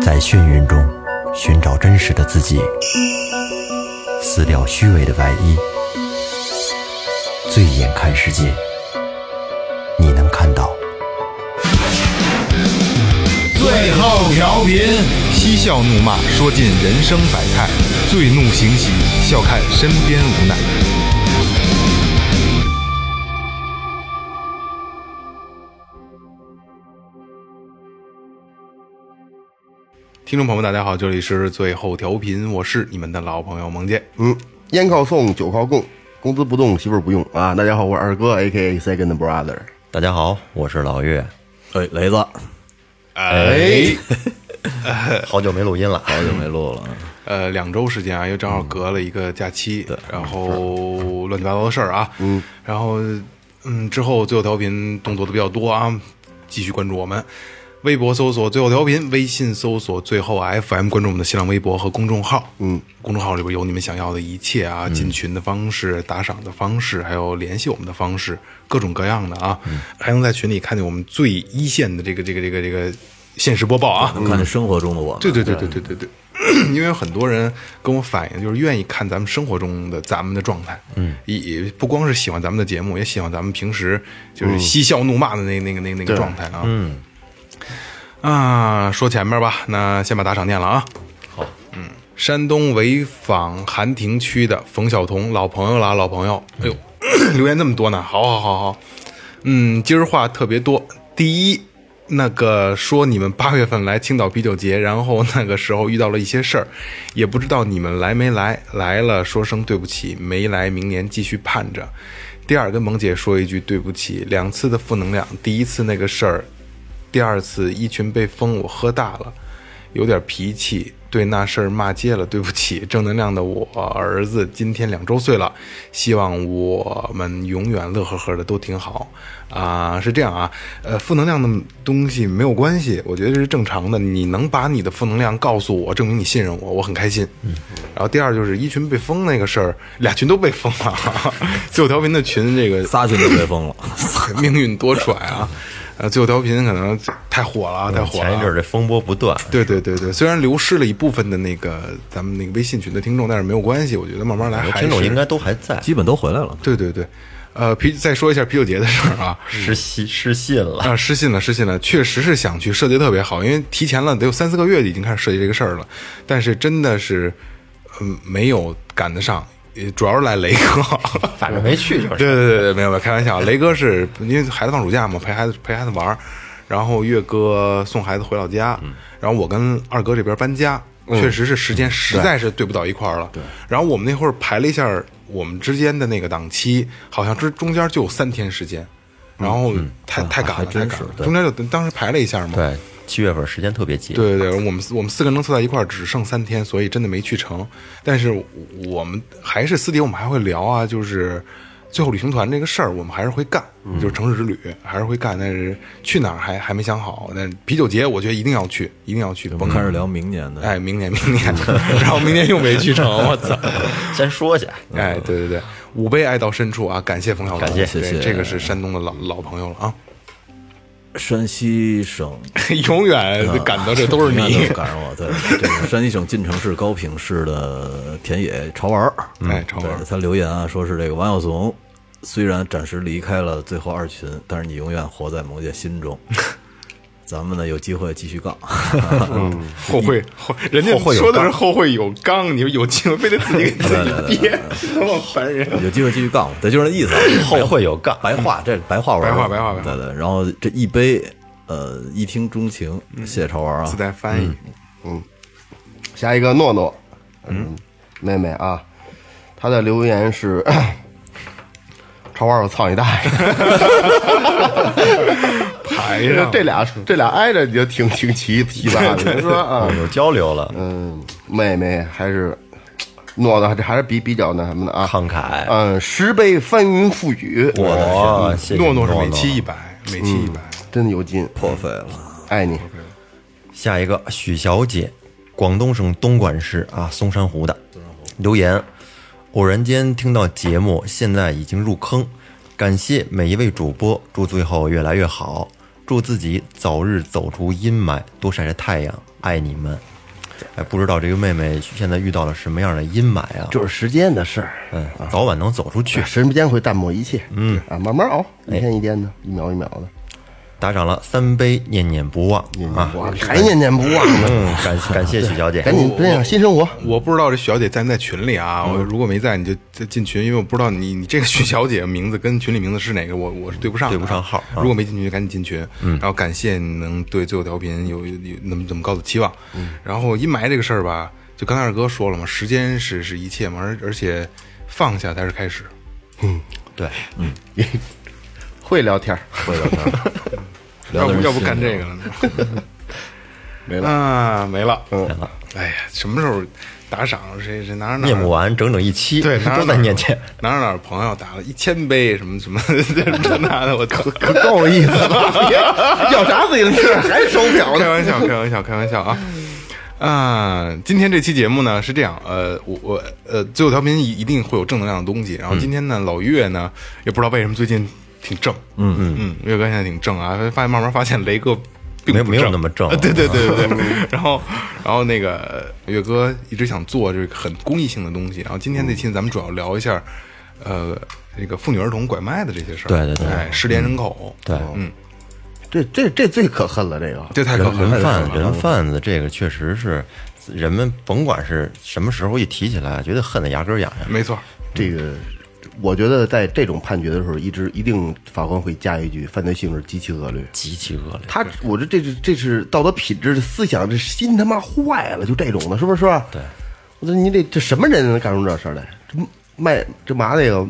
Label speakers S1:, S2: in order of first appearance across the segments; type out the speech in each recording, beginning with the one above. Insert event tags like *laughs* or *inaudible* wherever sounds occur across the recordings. S1: 在眩晕中寻找真实的自己，撕掉虚伪的外衣，醉眼看世界，你能看到。
S2: 最后调频，
S3: 嬉笑怒骂，说尽人生百态；醉怒行喜，笑看身边无奈。听众朋友们，大家好，这里是最后调频，我是你们的老朋友萌姐。
S4: 嗯，烟靠送，酒靠供，工资不动，媳妇儿不用啊！大家好，我是二哥，A K A Second Brother。
S1: 大家好，我是老岳，
S5: 哎，雷子，
S3: 哎，
S1: 好久没录音了，
S5: 好久没录了，
S3: 呃，两周时间啊，因为正好隔了一个假期，然后乱七八糟的事儿啊，嗯，然后嗯，之后最后调频动作的比较多啊，继续关注我们。微博搜索最后调频，微信搜索最后 FM，关注我们的新浪微博和公众号。嗯，公众号里边有你们想要的一切啊，进群的方式、打赏的方式，还有联系我们的方式，各种各样的啊，还能在群里看见我们最一线的这个这个这个这个现实播报啊。
S5: 能看见生活中的我们。
S3: 对对对对对对 *clears throat* 对，因为很多人跟我反映，就是愿意看咱们生活中的咱们的状态，嗯，也也不光是喜欢咱们的节目，也喜欢咱们平时就是嬉笑怒骂的那那个那个那个状态啊，嗯，啊，说前面吧，那先把打赏念了啊，
S1: 好，
S3: 嗯，山东潍坊韩亭区的冯晓彤，老朋友啦，老朋友，哎呦， *clears throat* 留言这么多呢，好好好好，嗯，今儿话特别多。第一，那个说你们八月份来青岛啤酒节，然后那个时候遇到了一些事儿，也不知道你们来没来，来了说声对不起，没来明年继续盼着。第二，跟萌姐说一句对不起，两次的负能量，第一次那个事儿，第二次一群被封，我喝大了。有点脾气，对那事儿骂街了，对不起。正能量的我儿子今天两周岁了，希望我们永远乐呵呵的，都挺好啊、是这样啊，呃，负能量的东西没有关系，我觉得这是正常的。你能把你的负能量告诉我，证明你信任我，我很开心。然后第二就是一群被封那个事儿，俩群都被封了， *laughs* 最后调频的群这个
S5: 仨群都被封了，
S3: *laughs* 命运多舛啊。呃，最后调频可能太火了，啊，太火了啊。
S1: *laughs* 前一阵儿这风波不断，
S3: 对对对对，虽然流失了一部分的那个咱们那个微信群的听众，但是没有关系，我觉得慢慢来还是
S1: 听众应该都还在，
S5: 基本都回来了。
S3: 对对对，呃，啤再说一下啤酒节的事儿啊。
S1: 失信失信了，
S3: 啊，失信了，失信了，确实是想去，设计得特别好，因为提前了得有三四个月已经开始设计这个事儿了，但是真的是，嗯，没有赶得上，也主要是赖雷哥，
S1: *laughs* 反正没去就是。
S3: 对对对对，没有没有，开
S1: *laughs*
S3: 玩笑。雷哥是因为孩子放暑假嘛，陪孩子陪孩子玩儿，然后岳哥送孩子回老家，
S1: 嗯
S3: 然后我跟二哥这边搬家，确实是时间实在是对不到一块儿了。对，然后我们那会儿排了一下我们之间的那个档期，好像这中间就有三天时间，然后太太赶了，
S1: 嗯啊还真
S3: 太赶了
S1: 是。对
S3: 中间就当时排了一下嘛，
S1: 对，七月份时间特别紧，
S3: 对对对，我们四我们四个人能凑在一块儿只剩三天，所以真的没去成。但是我们还是私底下我们还会聊啊，就是最后旅行团这个事儿，我们还是会干，
S5: 嗯
S3: 就是城市之旅还是会干，但是去哪儿还还没想好。但是啤酒节我觉得一定要去，一定要去，
S5: 我
S3: 甭
S5: 们开
S3: 看
S5: 始聊明年的，
S3: 哎，明年明年，
S5: *laughs*
S3: 然后明年又没去成，我操！
S1: 先说去，
S3: 哎，对对对，吾辈爱到深处啊！感谢冯小龙，
S1: 感谢
S3: 对
S5: 谢谢
S3: 这个是山东的老老朋友了啊， *laughs*
S5: 山西省
S3: 永远
S5: 嗯
S3: 感到这 *laughs* 都是
S5: 永 *laughs* 远
S3: 你
S5: 都，赶上我，对，这个山西省晋城市高平市的田野潮玩儿，
S3: 哎，超哥
S5: 对，他留言啊，说是这个王小怂，虽然暂时离开了最后二群，但是你永远活在萌姐心中。咱们呢有机会继续杠， *laughs*
S3: 后会后，人家说的是后会有刚，你说有 *laughs* 劲，非得自己给自 *laughs* 己憋，他妈烦人。
S5: 有机会继续杠，对，就是那意思啊。
S1: 后会有杠，
S5: 白话，这白话文儿，
S3: 白话白话白话
S5: 对对。然后这一杯，呃，一听钟情，谢谢潮玩啊
S3: 嗯自，带翻译，
S4: 下一个诺诺，嗯，妹妹啊，她的留言是： *coughs* 超玩我操你
S5: *laughs*
S4: 大爷！
S3: 排
S4: 这
S5: 哎
S3: 上
S4: 这俩这俩挨着你就挺挺奇奇
S5: *laughs*
S4: 葩的，你说啊
S1: 我，们有交流了，
S4: 嗯，妹妹还是诺诺，这还是比比较那什么的啊，
S1: 慷慨
S4: 嗯，十杯翻云覆雨，
S1: 我哦谢谢
S3: 诺诺
S1: 诺
S3: 是每期一百，每期一百。
S4: 真的有劲，
S5: 破费了。
S4: 爱你，
S1: 下一个许小姐，广东省东莞市啊松山湖的留言，偶然间听到节目，现在已经入坑，感谢每一位主播，祝最后越来越好，祝自己早日走出阴霾，多晒晒太阳，爱你们。哎，不知道这个妹妹现在遇到了什么样的阴霾啊？
S4: 就是时间的事儿，
S1: 嗯，早晚能走出去。
S4: *laughs* 时间会淡漠一切。嗯啊，慢慢熬，一天一天的，一秒一秒的，
S1: 打赏了三杯，念念不忘啊！
S4: 哇，还念念不忘呢。
S1: 嗯，感 *laughs* 感谢许小姐，
S4: 哎 *laughs* 赶紧奔向新生活，
S3: 我不知道这许小姐在不在群里啊？我如果没在，你就再进群，因为我不知道你你这个许小姐名字跟群里名字是哪个，我我是对不上的啊
S1: 对不上号啊
S3: 如果没进群，就赶紧进群。嗯，然后感谢你能对最后调频有有有那么这么高的期望。嗯，然后阴霾这个事儿吧，就刚才二哥说了嘛，时间是是一切嘛，而而且放下才是开始。
S1: 对，
S4: 会聊天儿，
S5: 会
S3: *laughs*
S5: 聊天，
S3: 要
S5: 聊的
S3: 不
S5: 是
S3: 要不
S5: 心
S3: 干
S5: 情
S3: 这个了呢？ *laughs*
S4: 没了。
S3: 啊，没了。
S4: 嗯，
S3: 哎呀，什么时候打赏谁谁哪儿哪儿
S1: 念不完整整一期，
S3: 对，哪儿
S1: 都在
S3: 哪儿
S1: 念经。
S3: 哪儿哪儿朋友打了一千杯什么什么 *laughs* 这那的，我可可
S4: 够意思了，别 *laughs* 要啥自行 *laughs* 车还手表
S3: 开
S4: 呢？
S3: 玩笑，开玩笑，开玩笑啊！啊，今天这期节目呢是这样，呃，我我呃，最后调频一一定会有正能量的东西。然后今天呢，老岳呢也不知道为什么最近挺正，嗯嗯嗯，岳哥现在挺正啊，发现慢慢发现雷哥并
S1: 没有
S3: 不
S1: 没有
S3: 正
S1: 那么正嗯
S3: 呃 *laughs* 对对对对对。然后然后那个岳哥一直想做这个很公益性的东西，然后今天这期咱们主要聊一下，呃，这个妇女儿童拐卖的这些事儿，
S1: 对对对
S3: 哎，失联人口，
S1: 对，
S3: 嗯，
S4: 这这这最可恨了，这个
S3: 这
S4: *laughs*
S3: 太可
S1: *laughs* 人人
S3: 恨了
S1: 贩
S3: 这个
S1: 人贩子这个确实是人们甭管是什么时候一提起来，觉得恨得牙根痒痒。
S3: 没错，
S4: 这个，我觉得在这种判决的时候，一直一定法官会加一句：犯罪性质极其恶劣。
S1: 极其恶劣，
S4: 他，我这这是这是道德品质、思想，这心他妈坏了，就这种的，是不是？是吧？对，我说你这这什么人能干出这事儿来？这卖这嘛那个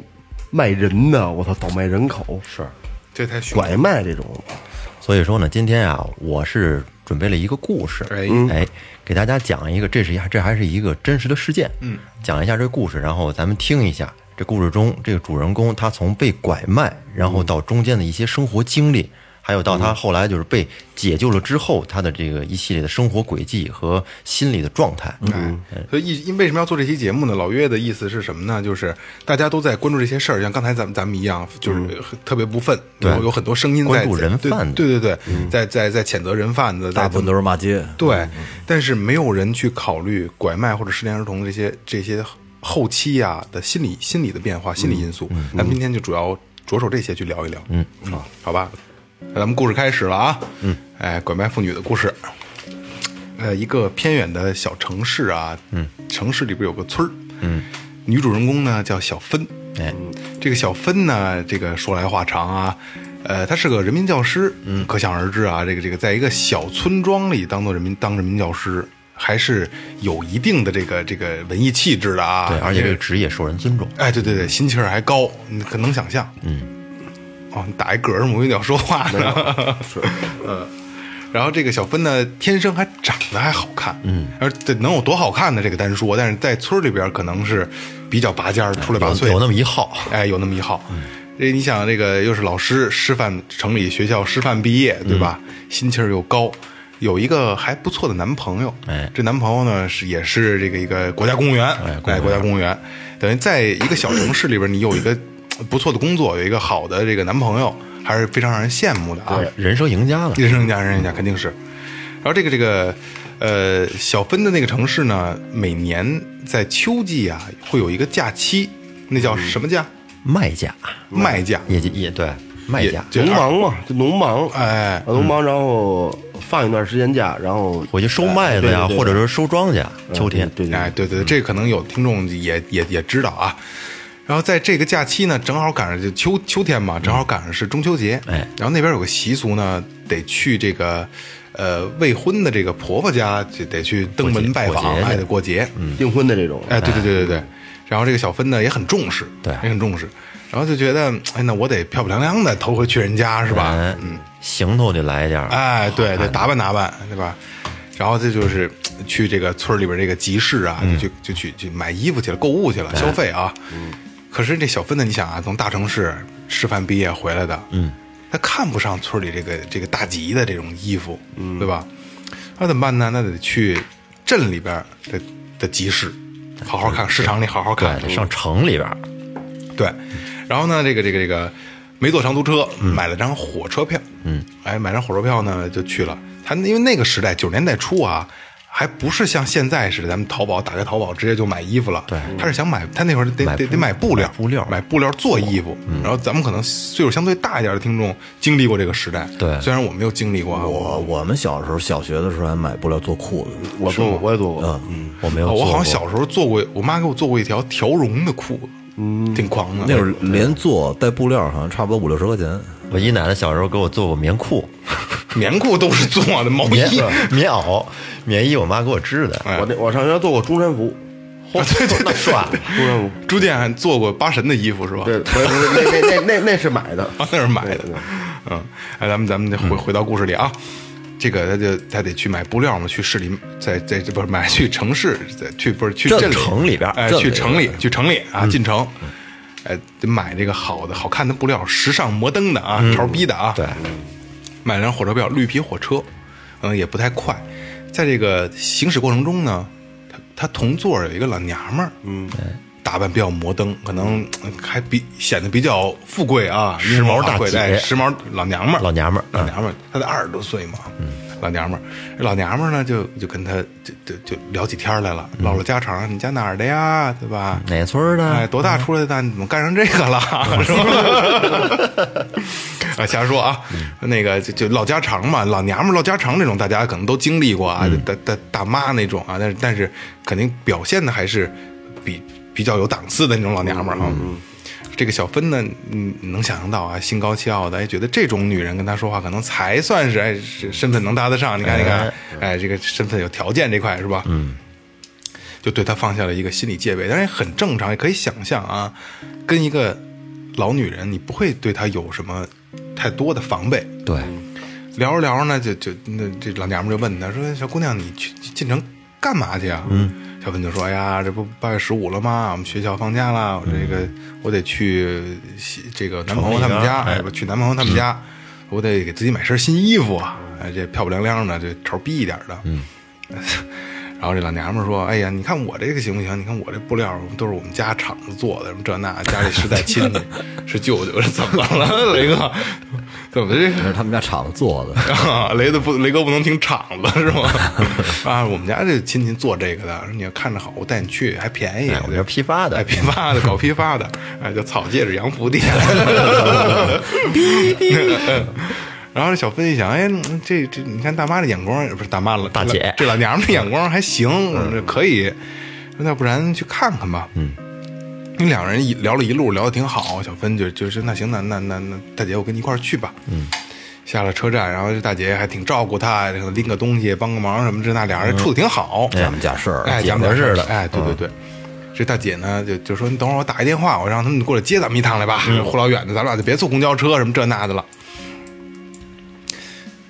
S4: 卖人呢？我操，倒卖人口是
S3: 这太凶了，
S4: 拐卖这种，
S1: 所以说呢，今天啊，我是准备了一个故事，
S3: 哎
S1: 哎，给大家讲一个，这是一这还是一个真实的事件，嗯，讲一下这故事，然后咱们听一下这故事中这个主人公他从被拐卖，然后到中间的一些生活经历，还有到他后来就是被解救了之后，他的这个一系列的生活轨迹和心理的状态，嗯，
S3: 所以一因为什么要做这期节目呢？老岳的意思是什么呢？就是大家都在关注这些事儿，像刚才咱们咱们一样，就是很特别不忿，
S1: 对
S3: 有有很多声音在
S1: 关注人贩子
S3: 对对对，对在在在谴责人贩子，
S5: 大部分都
S3: 是
S5: 是骂街，
S3: 对，但是没有人去考虑拐卖或者失联儿童这些这些后期啊的心理心理的变化、心理因素。咱们今天就主要着手这些去聊一聊，嗯，好，好吧，那咱们故事开始了啊，嗯，哎，拐卖妇女的故事。呃，一个偏远的小城市啊，嗯，城市里边有个村儿，嗯，女主人公呢叫小芬，嗯
S1: 哎，
S3: 这个小芬呢，这个说来话长啊，呃，她是个人民教师，嗯，可想而知啊，这个这个，在一个小村庄里当做人民当人民教师，还是有一定的这个这个文艺气质的啊，
S1: 对，而且
S3: 这
S1: 这
S3: 个
S1: 个职业受人尊重，
S3: 哎，对对对，心气儿还高，你可能想象。嗯，哦，你打一嗝儿，我有点说话 *laughs* 呢。是，呃，然后这个小芬呢，天生还长得还好看，嗯，而这能有多好看呢？这个单说，但是在村儿里边儿可能是比较拔尖儿、出类拔
S1: 有
S3: 萃，
S1: 有那么一 *laughs* 号，
S3: 哎，有那么一号。
S1: 嗯
S3: 这你想，这个又是老师，师范城里学校师范毕业，对吧？
S1: 嗯
S3: 心气儿又高，有一个还不错的男朋友。
S1: 哎
S3: 这男朋友呢是也是这个一个国家公务员，哎
S1: 公务员
S3: 国家公务员，等于在一个小城市里边，你有一个不错的工作，有一个好的这个男朋友，还是非常让人羡慕的啊。
S1: 人生赢家了，
S3: 人生家人家肯定是。然后这个这个呃，小芬的那个城市呢，每年在秋季啊会有一个假期，
S1: 嗯
S3: 那叫什么假？
S1: 卖家，
S3: 麦假。
S1: 也也对，卖
S3: 也
S1: 家
S3: 这
S4: 农
S3: 二
S4: 忙嘛，就农忙，
S3: 哎
S4: 啊，农忙，然后放一段时间假，然后
S1: 回去收麦子呀，
S4: 哎对对对
S1: 或者说收庄稼，秋天。
S4: 对对
S3: 哎，对对，对这可能有听众也也也知道啊。然后在这个假期呢，正好赶上就秋秋天嘛，正好赶上是中秋节。
S1: 嗯哎
S3: 然后那边有个习俗呢，得去这个呃未婚的这个婆婆家，就得去登门拜
S1: 过
S3: 访，
S1: 节去
S3: 哎，得过节。嗯，
S4: 订婚的这种，
S3: 哎，对对对对对。然后这个小芬呢也很重视，
S1: 对
S3: 也很重视。然后就觉得，哎，那我得漂漂亮亮的头回去人家是吧？嗯
S1: 哎，行头得来一点儿。
S3: 哎，对，得打扮打扮，对吧？然后这就是去这个村儿里边这个集市啊，就去就去去买衣服去了，购物去了，消费啊。可是这小芬呢，你想啊，从大城市师范毕业回来的，嗯，她看不上村里这个这个大集的这种衣服，嗯，对吧？那怎么办呢？那得去镇里边的的集市，好好看，市场里好好看，
S1: 对，上城里边儿，
S3: 对，然后呢，这个这个这个没坐长途车，买了
S1: 嗯
S3: 张火车票，嗯，哎，买张火车票呢就去了。他因为那个时代九十年代初啊，还不是像现在似的，咱们淘宝打开淘宝直接就买衣服了。
S1: 对，
S3: 他是想买，他那会儿得
S1: 买
S3: 得
S1: 布
S3: 得买布料，
S1: 买布料嗯
S3: 买布料做衣服。然后咱们可能岁数相对大一点的听众经历过这个时代，
S1: 对
S3: 虽然我没有经历过啊，我
S5: 我我们小时候小学的时候还买布料做裤子，
S4: 我做过，我也做
S5: 嗯
S1: 我
S4: 过，
S1: 没有做
S3: 嗯哦我
S1: 过，
S3: 好像小时候做过，我妈给我做过一条条绒的裤子，嗯，挺狂的。
S5: 那会儿连做带布料好像差不多五六十块钱。
S1: 我姨奶奶小时候给我做过棉
S3: *laughs*
S1: 裤、
S3: 棉裤都是做的毛衣
S1: 棉，棉袄、棉衣，我妈给我织的。
S3: 哎
S4: 我那我上学做过中山服，
S1: 呃
S3: *laughs* 对对对，帅。
S4: 中山服，
S3: 朱店还做过八神的衣服是吧？
S4: 对，我也不是那那那那那是买的，
S3: 啊，那是买的。嗯，哎，咱们咱们得
S1: 嗯
S3: 回回到故事里啊，这个他就他得去买布料嘛，去市里，在在这不是买去城市，在去不是去
S1: 镇
S3: 镇里
S1: 城里边
S3: 哎，
S1: 镇里
S3: 去
S1: 边嗯
S3: 城里去城里啊，进城。哎，得买这个好的、好看的布料，时尚摩登的啊，潮逼的啊。
S1: 嗯对，
S3: 买了辆火车票，绿皮火车，嗯，也不太快。在这个行驶过程中呢，他他同座有一个老娘们儿，嗯，打扮比较摩登，可能呃还比显得比较富贵啊，
S1: 嗯时髦大
S3: 英华贵
S1: 姐
S3: 哎时髦老娘们儿，
S1: 老娘们儿嗯
S3: 老娘们儿，她才二十多岁嘛，老娘们儿，老娘们儿呢就就跟他就就就聊起天儿来了，
S1: 嗯
S3: 唠唠家常，你家哪儿的呀，对吧？
S1: 哪村儿
S3: 哎，
S1: 的？
S3: 多大出来的？你怎么干成这个 *laughs* 了？是吧？ *laughs* 啊，瞎说啊，那个就就唠家常嘛，老娘们儿唠家常这种，大家可能都经历过啊，大大大妈那种啊，但是但是肯定表现的还是比比较有档次的那种老娘们儿啊。这个小芬呢，嗯，能想象到啊，心高气傲的，哎，觉得这种女人跟她说话，可能才算是哎，是身份能搭得上。你看，你看，哎，这个身份有条件这块是吧？嗯，就对她放下了一个心理戒备，当然也很正常，也可以想象啊，跟一个老女人，你不会对她有什么太多的防备。
S1: 对，
S3: 聊着聊着呢，就就那这老娘们就问她说：“小姑娘，你去进城干嘛去啊？”嗯，小芬就说：“哎呀，这不八月十五了吗？我们学校放假了，我这个我得去西这个男朋友他们家，哎，我去男朋友他们家，我得给自己买身新衣服啊，哎，这漂漂亮亮的，这潮逼一点的。”嗯。 *laughs* 然后这老娘们儿说：“哎呀，你看我这个行不行？你看我这布料都是我们家厂子做的，什么这那，家里是在亲戚， *laughs* 是舅舅，是怎么了，雷哥？怎么这
S5: 那是他们家厂子做的，
S3: 啊， *laughs* 雷子不，雷哥不能听场子是吗？ *laughs* 啊，我们家这亲戚做这个的，说你要看着好，我带你去，还便宜。
S1: 哎我们这批发的
S3: 哎，批发的，搞批发的，哎，叫草戒指洋服店。 *laughs* 然后这小芬一想，哎，嗯这这，你看大妈这眼光，不是大妈了，
S1: 大姐嗯
S3: 这老娘们儿眼光还行，这可以，那不然去看看吧。嗯，你两人一聊了一路，聊得挺好。小芬就就是那行，那那那那大姐，我跟你一块儿去吧。嗯，下了车站，然后这大姐还挺照顾她，然后拎个东西帮个忙什么这那，俩人处的挺好。
S5: 咱们家事儿。
S3: 哎，
S1: 姐
S3: 讲
S1: 们
S3: 点
S1: 儿
S3: 事
S1: 似
S3: 儿
S1: 的
S3: 哎，对对对。这大姐呢，就就说你等会儿我打一电话，我让他们过来接咱们一趟来吧。 *laughs* 呼老远的，咱们俩就别坐公交车什么这那的了。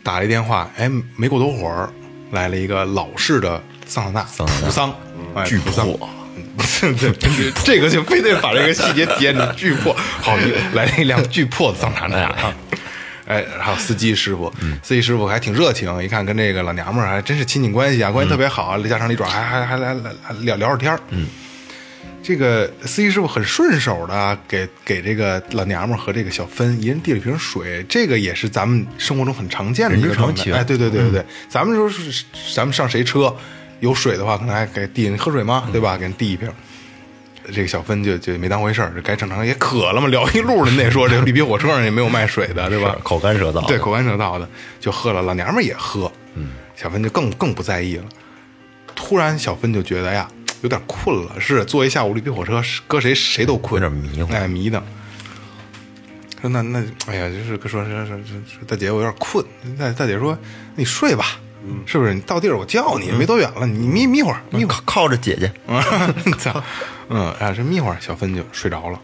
S3: 打了一电话，哎，没过多会儿，来了一个老式的桑塔纳
S1: 桑塔纳
S3: 普桑， *laughs* 哎，巨破。对，这个就非得把这个细节 *laughs* 体验的巨破。好， *laughs* 来了一辆巨破的桑塔纳啊！哎，还有司机师傅，司机师傅还挺热情，一看跟这个老娘们儿还真是亲戚关系啊，关系特别好，家长里短，还还还来来来聊聊着天儿。嗯，这个司机师傅很顺手的给给这个老娘们儿和这个小芬一人递了一瓶水，这个也是咱们生活中很常见的一
S1: 人之
S3: 个
S1: 常
S3: 状态。
S1: 情嗯
S3: 哎，对对对对对，咱们说是咱们上谁车有水的话，可能还给递人喝水
S1: 嗯
S3: 吗？对吧？给人递一瓶。这个小芬就就没当回事儿，就该正常也渴了嘛，聊一路了。那说这个绿 *laughs* 皮火车上也没有卖水的，对吧？
S1: 口干舌燥。
S3: 对，口干舌燥的就喝了，老娘们儿也喝，嗯，小芬就更更不在意了。突然，小芬就觉得哎呀，有点困了，是坐一下午绿皮火车，是搁谁谁都困，
S1: 有点迷糊
S3: 哎，迷的。说那那，哎呀，就是说说说说说大姐，我有点困。大大姐说，你睡吧，
S1: 嗯
S3: 是不是？你到地儿我叫你，没多远了，你眯眯会儿，眯会儿。
S1: 靠靠着姐姐，
S3: *laughs* 操，嗯，啊，这么一会儿，小芬就睡着了，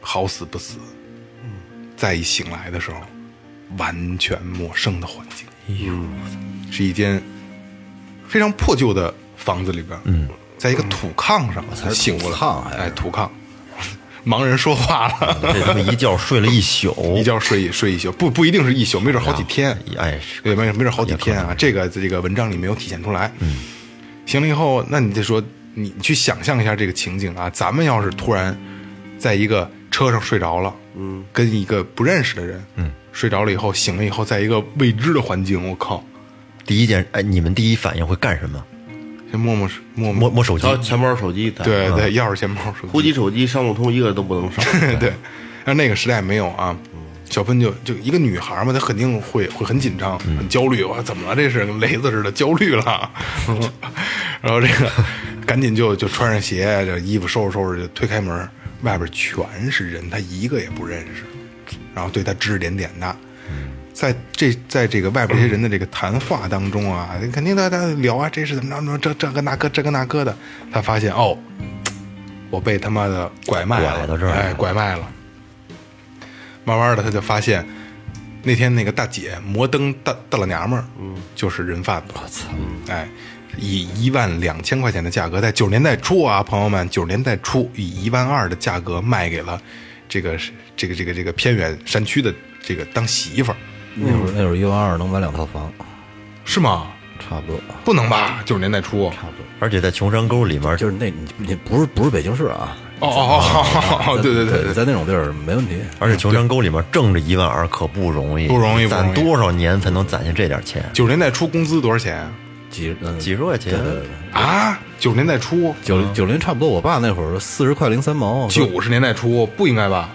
S3: 好死不死，
S5: 嗯
S3: 再一醒来的时候，完全陌生的环境，
S5: 哎
S3: 是一间非常破旧的房子里边，嗯，在一个土炕上醒过来，
S5: 土嗯炕还是哦
S3: 哎，土炕， *laughs* 盲人说话了，
S1: 这他妈一觉睡了一宿，
S3: *laughs* 一觉睡一睡一宿，不不一定是一宿，没准好几天，
S1: 哎，是
S3: 对，没没准好几天啊，这个这个文章里没有体现出来。嗯，行了以后，那你就说，你去想象一下这个情景啊，咱们要是突然在一个车上睡着了，嗯，跟一个不认识的人，嗯，睡着了以后，醒了以后，在一个未知的环境，我靠，
S1: 第一件，哎，你们第一反应会干什么？
S3: 先摸摸摸
S1: 摸摸手机
S4: 然，后
S3: 哦
S4: 钱包、手机，对
S3: 对对，钥匙、钱包、手
S4: 呼
S3: 机，
S4: 机、手机、商务通一个都不能少。
S3: *laughs* 对。但那个时代没有啊，小芬就就一个女孩嘛，她肯定会会很紧张、很焦虑。我怎么了？这是跟雷子似的焦虑了。然后这个赶紧就就穿上鞋，这衣服收拾收拾，就推开门，外边全是人，她一个也不认识，然后对她指指点点的。在这在这个外边这些人的这个谈话当中啊，肯定大家聊啊，这是怎么着怎么着，这这个那个这个那个的，他发现哦，我被他妈的拐卖了，
S1: 拐到这儿来了
S3: 哎，拐卖了。慢慢的，他就发现那天那个大姐摩登大大老娘们儿，嗯，就是人贩子。我操！哎，以一万两千块钱的价格，在九十年代初啊，朋友们，九十年代初以一万二的价格卖给了这个这个这个这个偏远山区的这个当媳妇儿，
S5: *laughs* 那会儿那会儿一万二能买两套房，
S3: 是吗？
S5: 差不多，
S3: 不能吧？九十年代初。
S5: 差不多。
S1: 而且在穷山沟里面，
S5: 就是那你你不是不是北京市啊？
S3: 哦哦哦哦哦，对对对
S5: *laughs* 对，
S3: 对，
S5: 在那种地儿没问题。
S1: 而且穷山沟里面挣这一万二可不容易，
S3: 不容易不容
S1: 攒
S3: 易
S1: 多少年才能攒下这点钱？
S3: 九十年代初工资多少钱
S5: 几嗯
S1: 几十块钱，
S3: 啊？九十年代初，
S5: 九九零差不多，我爸那会儿四十块零三毛，就
S3: 九十年代初不应该吧？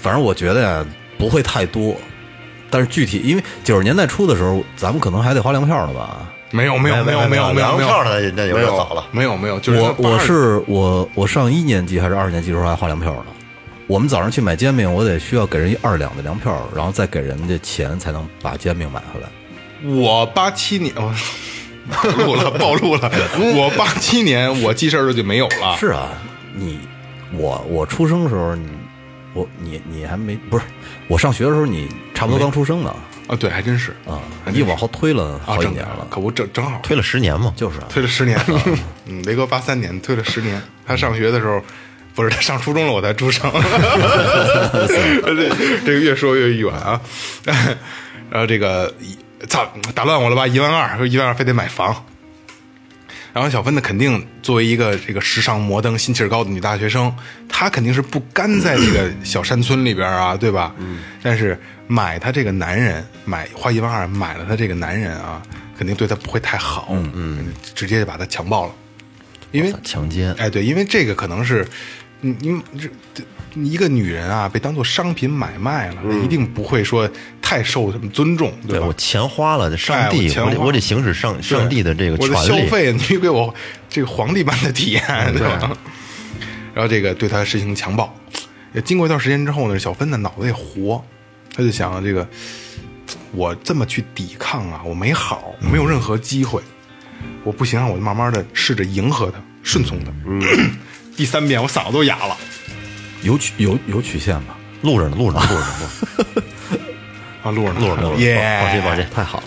S5: 反正我觉得呀不会太多，但是具体因为九十年代初的时候，咱们可能还得花粮票呢吧。
S3: 没有没有没有没有没有
S1: 粮
S3: 没
S1: 票
S3: 有
S1: 那那有点早了。
S3: 没有没有，就是
S5: 我
S3: 82
S5: 我是我我上一年级还是二年级的时候还花粮票呢。我们早上去买煎饼，我得需要给人一二两的粮票，然后再给人家钱才能把煎饼买回来。
S3: 我八七年，我 *laughs* 暴露了暴露
S5: *laughs*
S3: 了，我八七年我记事儿就没有了，
S5: 是啊，你我我出生的时候，你我你你还没不是我上学的时候，你差不多刚出生呢
S3: 啊，对，还真是
S5: 啊，
S3: 还真
S5: 你
S3: 是
S5: 往后推了
S3: 啊，
S5: 好几
S3: 正
S5: 年了，
S3: 可不正正好
S1: 推了十年嘛，
S5: 就是啊
S3: 推了十年，嗯，雷哥八三年推了十年，他上学的时候。不是他上初中了，我才出生。 *laughs* 这这个越说越远啊。 *laughs* 然后这个操，打乱我了吧？一万二，说一万二非得买房。然后小芬呢，肯定作为一个这个时尚摩登、心气儿高的女大学生，她肯定是不甘在这个小山村里边啊，对吧？嗯。但是买她这个男人，买花一万二买了她这个男人啊，肯定对她不会太好，嗯嗯，直接就把她强暴了，因为
S1: 强奸。
S3: 哎，对，因为这个可能是，你你这这一个女人啊，被当做商品买卖了，一定不会说太受什么尊重，
S1: 对
S3: 吧？
S1: 我钱花了，上
S3: 哎我
S1: 帝，
S3: 钱
S1: 我得
S3: 花
S1: 我得行使上
S3: 对
S1: 上帝的这个
S3: 我
S1: 权
S3: 的消
S1: 利。
S3: 费，你给我这个皇帝般的体验，
S1: 嗯
S3: 对吧？然后这个对他实行强暴，也经过一段时间之后呢，小芬的脑子也活，她就想这个我这么去抵抗啊，我没好，没
S1: 嗯
S3: 有任何机会，我不行啊，我就慢慢的试着迎合他，顺从他。
S1: 嗯
S3: *clears throat* 第三遍我嗓子都哑了
S5: 有曲有有曲线吧？
S1: 录着呢，录着呢，录着呢，录着呢
S3: 啊，录着呢，
S1: 录着呢，录着
S3: 耶
S1: 呢，，放心放心，太好了。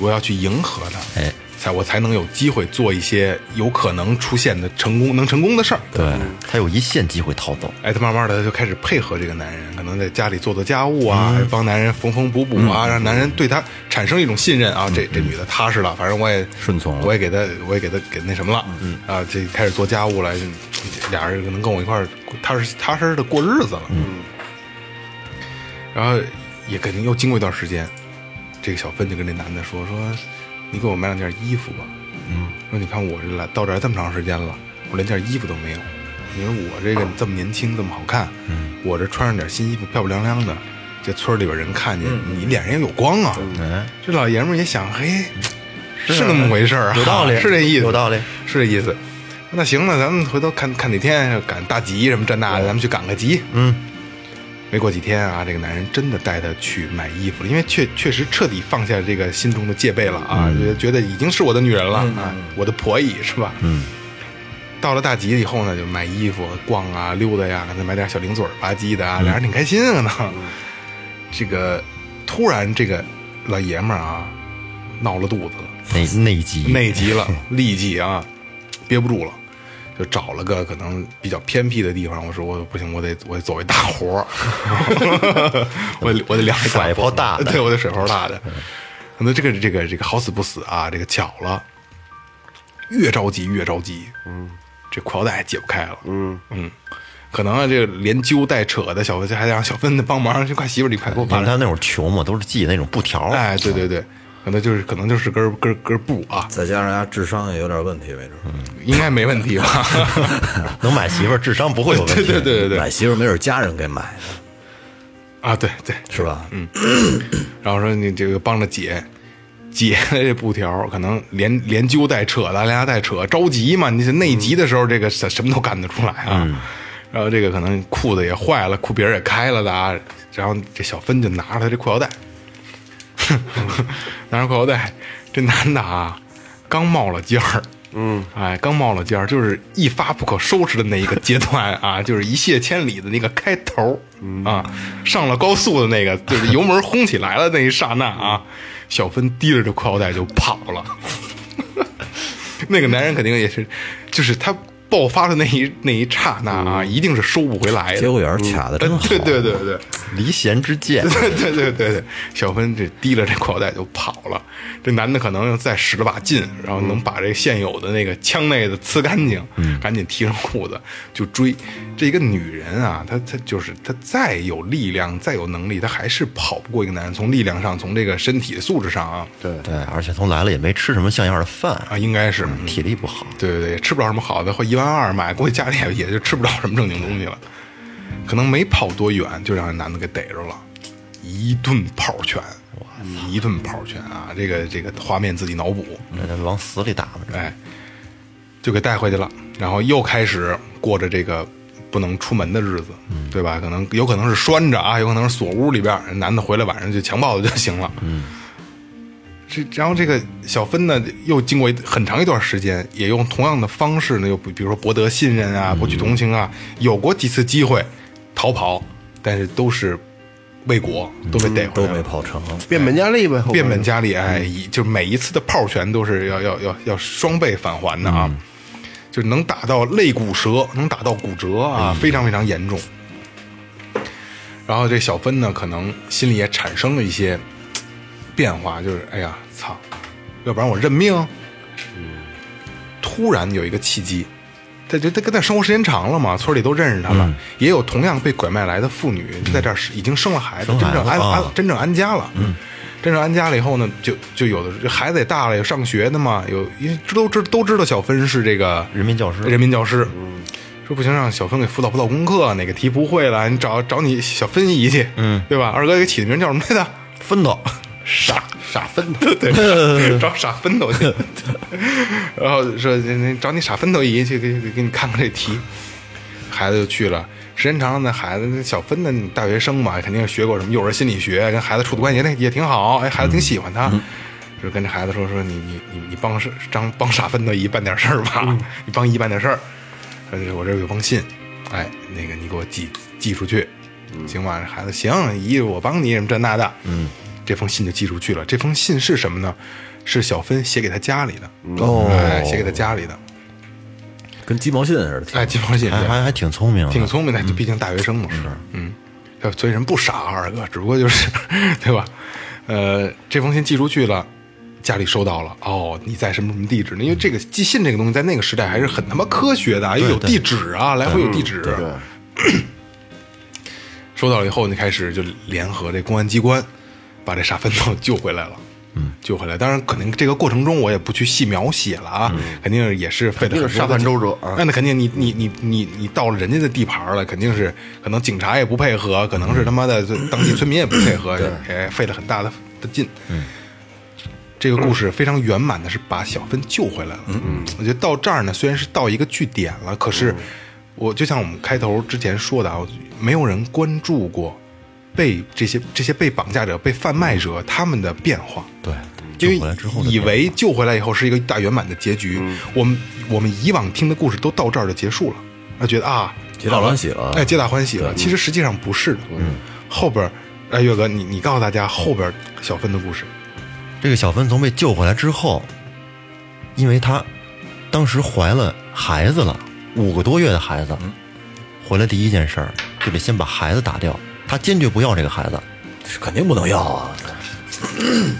S3: 我要去迎合他，
S1: 哎，
S3: 才我才能有机会做一些有可能出现的成功能成功的事儿。
S1: 对，
S3: 嗯
S1: 他有一线机会逃走。
S3: 哎，她慢慢的她就开始配合这个男人，可能在家里做做家务啊，
S5: 嗯
S3: 帮男人缝缝补补啊，让男人对她产生一种信任啊。这这女的踏实了，反正我也
S5: 嗯顺从了
S3: 我也给她，我也给她给那什么了，嗯啊，这开始做家务了，俩人能跟我一块儿踏实踏实的过日子了。嗯，然后也肯定又经过一段时间，这个小芬就跟这男的说说，你给我买两件衣服吧。嗯，说你看我这来到这儿这么长时间了，我连件衣服都没有。你说我这个这么年轻，这么好看，
S1: 嗯
S3: 我这穿上点新衣服，漂漂亮亮的，这村儿里边人看见、
S1: 嗯
S3: 你脸上也有光啊。
S1: 哎，
S3: 这老爷们儿也想，嘿，是那么回事儿啊，
S1: 有道理，
S3: 是这意思，
S1: 有道理。
S3: 是这意思。那行了，咱们回头看看哪天赶大集什么这那的，咱们去赶个集。
S1: 嗯，
S3: 没过几天啊，这个男人真的带她去买衣服了，因为确确实彻底放下这个心中的戒备了啊，觉得已经是我的女人了、啊，我的婆姨是吧？嗯。到了大集以后呢，就买衣服、逛啊、溜达呀，再买点小零嘴儿吧唧的啊，俩人挺开心啊呢。这个突然，这个老爷们儿啊，闹了肚子了。
S1: 内内急，
S3: 内急了，痢疾啊，憋不住了，就找了个可能比较偏僻的地方。我说我不行，我得我得做一大活儿， *laughs* 我得我得两个
S1: 甩炮大的
S3: 对我得甩炮大的。可能这个这个这个好死不死啊，这个巧了，越着急越着急，嗯，这裤腰带解不开了，嗯嗯。可能啊，这个连揪带扯的小，还得让小芬子帮忙，这快媳妇儿，你快给我
S1: 因
S3: 把
S1: 为他那会儿穷嘛，都是系那种布条儿，
S3: 哎，对对对，可能就是可能就是根儿根儿根儿布啊，
S5: 再加上人家智商也有点问题，没准儿
S3: 应该没问题吧？
S1: 能买媳妇儿，智商不会有问题。
S3: *laughs* 对对对对嗯对
S5: 买媳妇儿没准儿家人给买的，
S3: 啊，对对。
S5: 是吧？嗯，
S3: 然后说你这个帮着解解的这布条，可能连连揪带扯的，连拉带扯，着急嘛，你是内急的时候，这个什什么都干得出来啊。然后这个可能裤子也坏了，裤鼻儿也开了的啊，然后这小芬就拿着他这裤腰带， *laughs* 拿着裤腰带，这男的啊，刚冒了尖儿。嗯，哎，刚冒了尖儿，就是一发不可收拾的那一个阶段啊， *laughs* 就是一泻千里的那个开头啊，上了高速的那个，就是油门轰起来了那一刹那啊，小芬提着这裤腰带就跑了。 *laughs* 那个男人肯定也是，就是他爆发的那一那一刹那啊，一定是收不回来的。
S5: 节骨眼儿卡的真好。
S3: 嗯对对对对。
S1: 离弦之箭，
S3: *laughs* 对对对对对，小芬这提了这裤腰带就跑了。这男的可能再使了把劲，然后能把这现有的那个枪内的呲干净，赶紧提上裤子就追。这一个女人啊，她她就是她再有力量，再有能力，她还是跑不过一个男人。从力量上，从这个身体素质上啊
S1: 对，而且从来了也没吃什么像样的饭，
S3: 啊，应该是
S1: 体力不好。
S3: 对对对，吃不着什么好的，或一万二买，估计家里也也就吃不着什么正经东西了。可能没跑多远，就让人男的给逮着了，一顿跑拳，一顿跑拳啊！这个这个画面自己脑补，
S1: 那往死里打吧，这
S3: 哎，就给带回去了。然后又开始过着这个不能出门的日子，对吧？可能有可能是拴着啊，有可能是锁屋里边儿，男的回来晚上就强暴他就行了。嗯，这然后这个小芬呢，又经过很长一段时间，也用同样的方式呢，又比比如说博得信任啊，博取同情啊，有过几次机会逃跑，但是都是未果，嗯都被逮回
S5: 都
S3: 来了。
S5: 没跑成，
S4: *laughs* 变本加厉呗，后边
S3: 变本加厉，
S1: 嗯
S3: 哎，一就每一次的炮拳都是要要要要双倍返还的
S1: 嗯
S3: 啊，就能打到肋骨折，能打到骨折
S1: 哎
S3: 啊，非常非常严重。然后这小芬呢，可能心里也产生了一些嘖变化，就是哎呀，操，要不然我认命。
S1: 嗯
S3: 突然有一个契机，他这他跟他生活时间长了嘛，村里都认识他
S1: 嗯
S3: 了，也有同样被拐卖来的妇女在这儿已经生了孩子，
S1: 生
S3: 真
S1: 孩子
S3: 正安
S1: 啊
S3: 安真正安家了。嗯，真正安家了以后呢，就就有的这孩子也大了，有上学的嘛，有因为都知都知道小芬是这个
S1: 人民教师嗯
S3: 人民教师。说不行，让小芬给辅导辅导功课，哪个题不会了，你找找你小芬姨去，嗯，对吧？二哥给起的名叫什么来着？
S1: 分头，
S3: 傻傻分头， *laughs*
S1: *laughs*
S3: 对，找傻分头去。然后说那那找你傻分头姨去，给给给你看看这题。孩子就去了，时间长了那孩子那小芬的大学生嘛，肯定学过什么幼儿心理学，跟孩子处的关系那也挺好，哎，孩子挺喜欢他。就跟这孩子说说你你你你帮是张帮傻分头姨办点事儿吧， *laughs* 你帮姨办点事儿。说这我这儿有封信，哎，那个你给我寄寄出去，行吧？这孩子行，姨我帮你什么这那的，嗯，这封信就寄出去了。这封信是什么呢？是小芬写给他家里的，
S5: 哦
S3: 哎，写给他家里的，
S5: 跟鸡毛信似的。
S3: 哎，寄封信，
S1: 还
S3: 对
S1: 还还挺聪明的，
S3: 挺聪明的，毕竟大学生嘛，是，嗯，所以人不傻，二哥，只不过就是 *laughs* 对吧？呃，这封信寄出去了。家里收到了哦，你在什么什么地址呢？因为这个寄信这个东西，在那个时代还是很他妈科学的啊，因为有地址啊，来回有地址。收到了以后，你开始就联合这公安机关，把这傻分头救回来了。嗯，救回来。当然，可能这个过程中我也不去细描写了啊，肯定也是费了
S4: 肯定
S3: 很
S4: 是
S3: 多
S4: 沙盘
S3: 的
S4: 周折啊
S3: 那那肯定你，你你你你到了人家的地盘了，肯定是可能警察也不配合，可能是他妈的当地村民也不配合，也费了很大的的劲。嗯，这个故事非常圆满的是把小芬救回来了。嗯，我觉得到这儿呢，虽然是到一个据点了，可
S1: 嗯
S3: 是我就像我们开头之前说的啊，没有人关注过被这些这些被绑架者、被贩卖者他们的变化。
S1: 对，
S3: 因
S1: 救回
S3: 为
S1: 来之后的嗯
S3: 以
S1: 变化
S3: 为救回来以后是一个大圆满的结局，我们我们以往听的故事都到这儿就结束了，啊，觉得啊，
S5: 皆大欢喜了
S3: 哎，皆大欢喜了。其实实际上不是的，嗯，后边儿，哎，岳哥，你你告诉大家后边儿小芬的故事，
S1: 这个小芬从被救回来之后，因为她当时怀了孩子了，五个多月的孩子，回来第一件事儿就得先把孩子打掉。她坚决不要这个孩子，
S5: 是肯定不能要啊！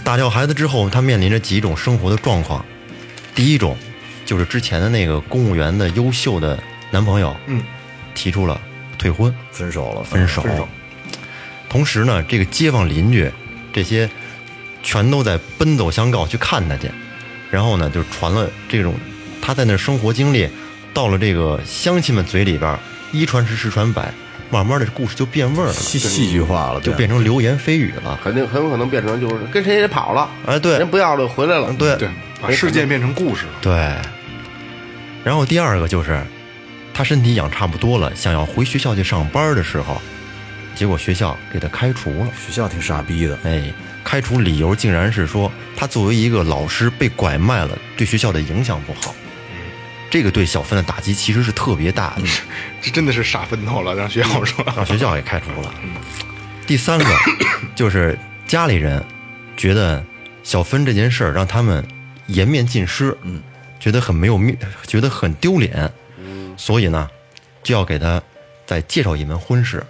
S1: 打掉孩子之后，她面临着几种生活的状况。第一种就是之前的那个公务员的优秀的男朋友，
S3: 嗯，
S1: 提出了退婚，
S5: 分手了，
S1: 分手。
S3: 分手
S1: 同时呢，这个街坊邻居这些全都在奔走相告去看他去。然后呢，就传了这种他在那儿生活经历，到了这个乡亲们嘴里边儿，一传十，十传百，慢慢的故事就变味儿了，
S5: 戏戏剧化了，
S1: 就
S5: 对啊
S1: 变成流言蜚语了。
S4: 肯定很有可能变成就是跟谁谁跑了，
S1: 哎，对嗯
S4: 人不要了回来了，
S1: 对
S3: 对，把啊事件变成故事了。
S1: 对。然后第二个就是，他身体养差不多了，想要回学校去上班的时候，结果学校给他开除了。
S5: 学校挺傻逼的，
S1: 哎，开除理由竟然是说他作为一个老师被拐卖了，对学校的影响不好。这个对小芬的打击其实是特别大的，
S3: 这真的是傻分头了，让学校说。
S1: 让学校给开除了。第三个就是家里人觉得小芬这件事儿让他们颜面尽失，嗯，觉得很没有面，觉得很丢脸，所以呢，就要给他再介绍一门婚事。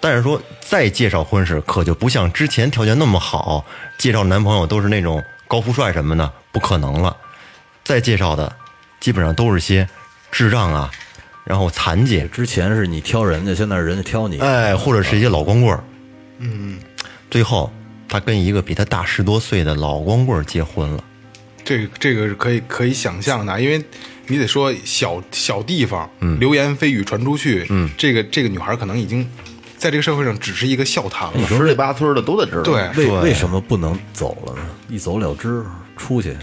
S1: 但是说再介绍婚事，可就不像之前条件那么好，介绍男朋友都是那种高富帅什么的，不可能了。再介绍的基本上都是些智障啊，然后残疾，
S5: 之前是你挑人家，现在是人家挑你，
S1: 哎，或者是一些老光棍儿。嗯，最后他跟一个比他大十多岁的老光棍儿结婚了。
S3: *laughs* 这个这个是可以可以想象的，因为你得说小小地方，流言蜚语传出去，这个这个女孩可能已经在这个社会上只是一个笑谈了。
S4: 十里八村的都在这儿。，
S3: 对，
S5: 为为什么不能走了呢？一走了之，出去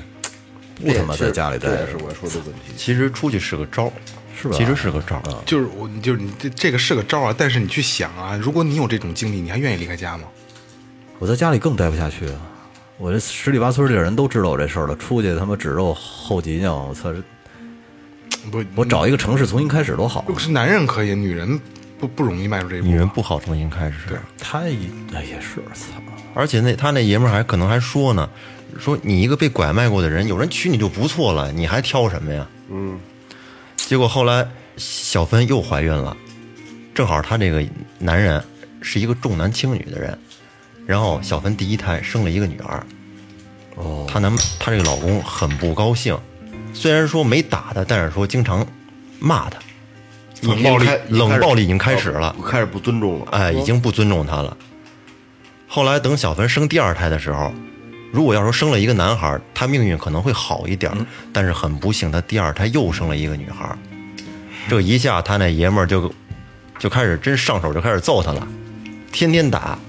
S5: 不他妈在家里待
S4: 这也
S5: 着
S4: 是，我说的问题。
S1: 其实出去是个招儿，嗯
S5: 是吧
S1: 其实是个招儿。
S3: 就是我就是你这这个是个招啊，但是你去想啊，如果你有这种经历，你还愿意离开家吗？
S5: 我在家里更待不下去啊！我这十里八村里的人都知道我这事儿了，出去他妈只露后脊梁，我操！这
S3: 不，
S5: 我找一个城市重新开始多好啊！
S3: 如果是男人可以，女人不不容易迈出这一步。
S1: 女人不好重新开始。
S5: 他一哎也是，操！
S1: 而且那他那爷们儿还可能还说呢，说你一个被拐卖过的人，有人娶你就不错了，你还挑什么呀？嗯。结果后来小芬又怀孕了，正好她这个男人是一个重男轻女的人，然后小芬第一胎生了一个女儿。
S5: 哦，
S1: 她男她这个老公很不高兴，虽然说没打她，但是说经常骂她，
S3: 冷暴力
S1: 冷暴力已经开始了。
S4: 哦开始不尊重了。
S1: 哎，已经不尊重她了。后来等小芬生第二胎的时候，如果要说生了一个男孩，她命运可能会好一点儿，但是很不幸，她第二胎又生了一个女孩。这一下，她那爷们儿就就开始真上手，就开始揍她了，天天打，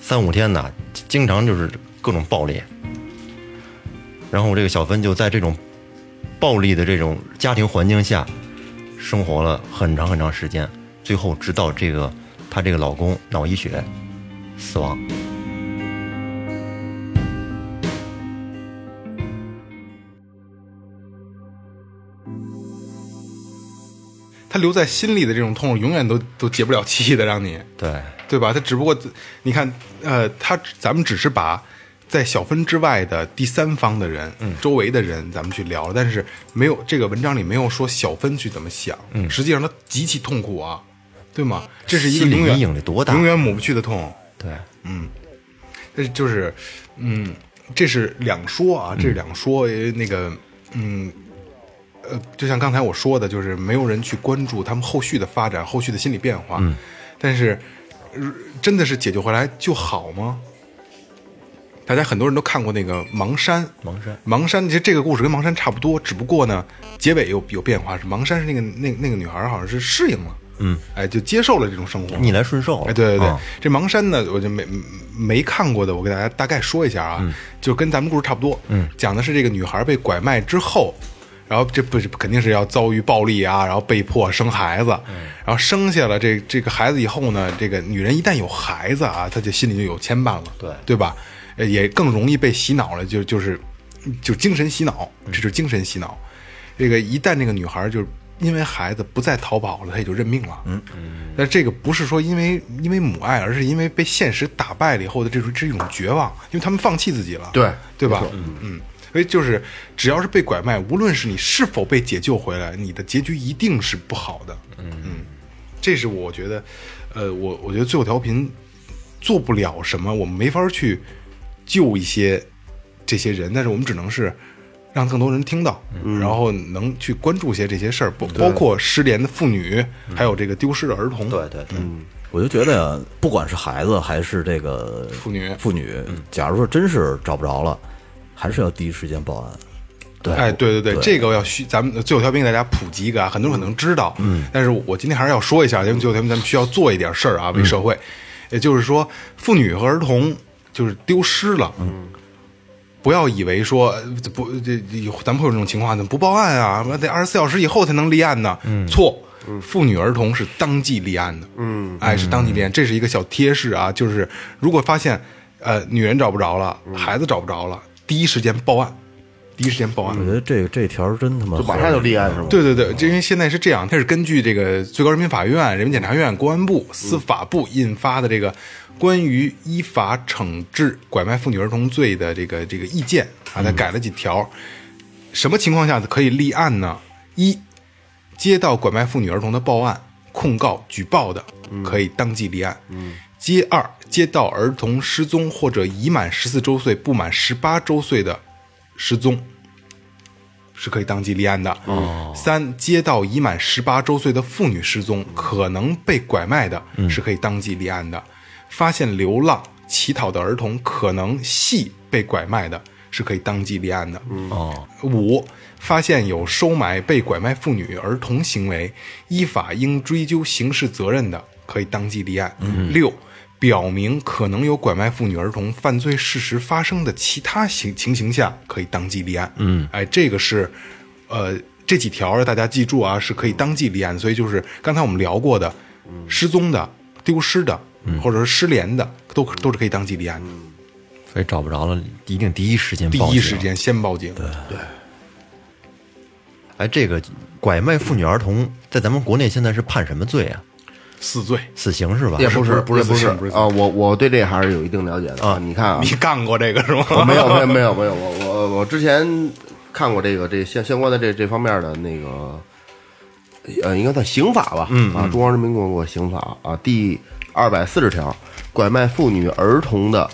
S1: 三五天呢，经常就是各种暴力。然后这个小芬就在这种暴力的这种家庭环境下，生活了很长很长时间，最后直到这个她这个老公脑溢血死亡。
S3: 她留在心里的这种痛，永远都都解不了气的，让你
S1: 对，
S3: 对吧？她只不过你看，呃，她咱们只是把在小分之外的第三方的人、
S1: 嗯
S3: 周围的人，咱们去聊了，但是没有这个文章里没有说小分去怎么想，
S1: 嗯
S3: 实际上她极其痛苦啊，对吗？这是一个
S1: 心理
S3: 永远
S1: 阴影得多大
S3: 永远抹不去的痛。
S1: 对，
S3: 这就是，嗯，这是两说啊，这是两说。呃那个，嗯，呃，就像刚才我说的，就是没有人去关注他们后续的发展、后续的心理变化。嗯，但是、呃真的是解决回来就好吗？大家很多人都看过那个《盲山》，
S1: 盲山，
S3: 盲山，其实这个故事跟盲山差不多，只不过呢，结尾有有变化。是盲山是那个那那个女孩好像是适应了，嗯，哎，就接受了这种生活，
S1: 逆来顺受了。
S3: 哎，对对对，
S1: 啊
S3: 这盲山呢，我就没没看过的，我给大家大概说一下啊，就跟咱们故事差不多，嗯，讲的是这个女孩被拐卖之后，然后这不是肯定是要遭遇暴力啊，然后被迫生孩子，然后生下了这这个孩子以后呢，这个女人一旦有孩子啊，她就心里就有牵绊了，对对吧？呃也更容易被洗脑了，就就是就精神洗脑，这就是精神洗脑。这个一旦这个女孩就是因为孩子不再逃跑了，她也就认命了。嗯嗯。但这个不是说因为因为母爱，而是因为被现实打败了以后的这种这种绝望，因为他们放弃自己了。
S4: 对
S3: 对吧？嗯嗯。所以就是，只要是被拐卖，无论是你是否被解救回来，你的结局一定是不好的。嗯嗯，这是我觉得，呃，我我觉得最后调频做不了什么，我们没法去救一些这些人，但是我们只能是让更多人听到，然后能去关注一些这些事儿，包包括失联的妇女，还有这个丢失的儿童。
S1: 对对对，
S5: 我就觉得呀，不管是孩子还是这个
S3: 妇女
S5: 妇女，假如说真是找不着了，还是要第一时间报案。对，
S3: 哎，对对对，这个我要需咱们最后调频给大家普及一个啊，很多人可能知道，嗯，但是我今天还是要说一下，因为最后调频咱们需要做一点事儿啊，为社会，也就是说，妇女和儿童就是丢失了，嗯，不要以为说呃不这这咱们会有这种情况，怎么不报案啊？什么得二十四小时以后才能立案呢？嗯，错。妇女儿童是当即立案的，嗯，哎，是当即立案，这是一个小贴士啊，就是如果发现，呃，女人找不着了，孩子找不着了，第一时间报案，第一时间报案，
S5: 我觉得这个这条真他妈
S4: 就马上就立案是吗？
S3: 对对对，就因为现在是这样，它是根据这个最高人民法院、人民检察院、公安部、司法部印发的这个关于依法惩治拐卖妇女儿童罪的这个这个意见啊，它改了几条。什么情况下可以立案呢？一，接到拐卖妇女儿童的报案、控告、举报的，可以当即立案。接二，接到儿童失踪或者已满十四周岁不满十八周岁的失踪，是可以当即立案的。三，接到已满十八周岁的妇女失踪，可能被拐卖的，是可以当即立案的。发现流浪乞讨的儿童可能系被拐卖的，是可以当即立案的。
S1: 哦，
S3: 五，发现有收买被拐卖妇女、儿童行为，依法应追究刑事责任的，可以当即立案。六，表明可能有拐卖妇女、儿童犯罪事实发生的其他情情形下，可以当即立案。嗯，哎，这个是，呃，这几条大家记住啊，是可以当即立案。所以就是刚才我们聊过的，失踪的、丢失的，或者是失联的，都都是可以当即立案的。
S1: 所以找不着了，一定第一时间
S3: 第
S1: 报警。
S3: 一时间先报警。对。
S1: 哎，这个拐卖妇女儿童在咱们国内现在是判什么罪啊？
S3: 死罪，
S1: 死刑是吧？
S4: 也不是不是
S3: 不
S4: 不
S3: 是
S4: 是
S3: 不是
S4: 啊，我我对这还是有一定了解的啊。你看啊，
S3: 你干过这个是吗？
S4: 我没有，没有，没有，没有。我我我之前看过这个这相相关的这这方面的那个，呃，应该算刑法吧？嗯啊，《中华人民共和国刑法》啊，第二百四十条，拐卖妇女儿童的，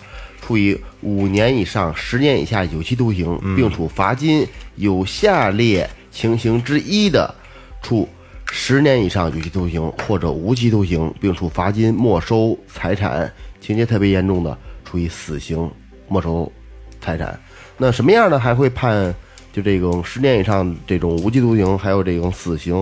S4: 处以五年以上十年以下有期徒刑，并处罚金有下列情形之一的，处。十年以上有期徒刑或者无期徒刑，并处罚金、没收财产；情节特别严重的，处以死刑、没收财产。那什么样的还会判就这种十年以上这种无期徒刑，还有这种死刑、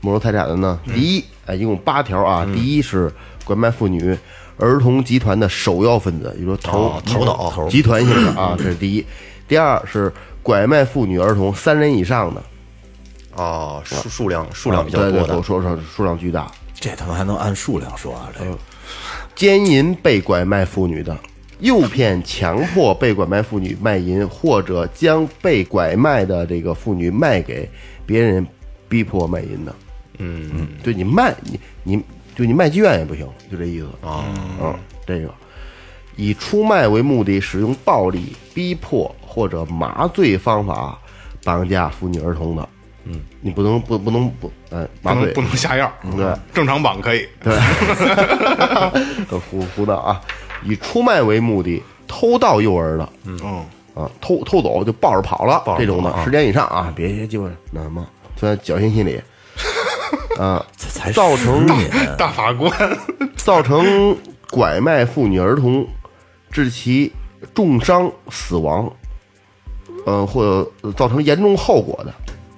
S4: 没收财产的呢？
S1: 嗯
S4: 第一，哎，一共八条啊。第一是拐卖妇女、儿童集团的首要分子，也就是
S1: 哦
S4: 头头脑集团性的啊，这是第一。第二是拐卖妇女儿童三人以上的，啊
S1: 哦，数数量数量比较
S3: 啊
S4: 对对
S1: 多的，
S4: 我说说数量巨大。
S5: 这他妈还能按数量说啊？这个
S4: 奸淫被拐卖妇女的，诱骗、强迫被拐卖妇女卖淫，或者将被拐卖的这个妇女卖给别人，逼迫卖淫的。嗯，就你卖你你就你卖妓院也不行，就这意思啊。嗯，这个以出卖为目的，使用暴力、逼迫或者麻醉方法绑架妇女儿童的。嗯，你不能不不能不哎
S3: 不
S4: 麻
S3: 能
S4: 醉嗯
S3: 不能下药，嗯
S4: 对。
S3: 正常绑可以。
S4: 呃胡胡闹啊，以出卖为目的偷盗幼儿的，嗯啊，偷偷走就抱着跑了这种的，十年以上啊，别哎别鸡巴那什么，存在侥幸心理，
S5: 才才
S4: 造成
S5: 10年
S3: 大法官，
S4: 造成拐卖妇女儿童，致其重伤死亡，呃，或者造成严重后果的，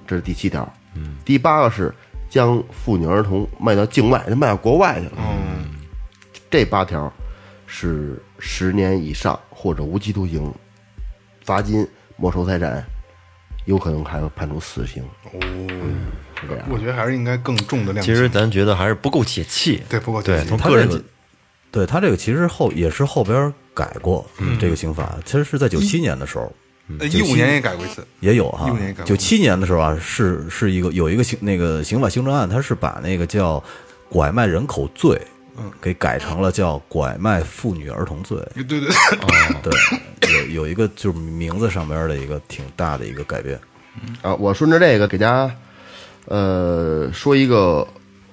S4: 这是第七条。嗯，第八个是将妇女儿童卖到境外，就卖到国外去了。
S3: 嗯，
S4: 这八条是十年以上或者无期徒刑、罚金、没收财产，有可能还会判处死刑。啊
S3: 我觉得还是应该更重的量
S1: 其
S3: 刑。
S1: 实咱觉得还是不够解气。
S3: 对不够解
S1: 对，
S3: 气
S1: 从
S5: 他
S1: 个
S5: 这
S1: 人
S5: 个，对他这个其实后也是后边改过、这个刑法，其实是在九七年的时候。
S3: 呃一五年也改过一次，
S5: 也有哈
S3: 16年改，过
S5: 九七年的时候啊，是是一个有一个刑那个刑法修正案，它是把那个叫拐卖人口罪，嗯，给改成了叫拐卖妇女儿童罪。
S3: 对对对，
S5: 对，有有一个就是名字上边的一个挺大的一个改变。
S4: 啊，我顺着这个给大家，呃，说一个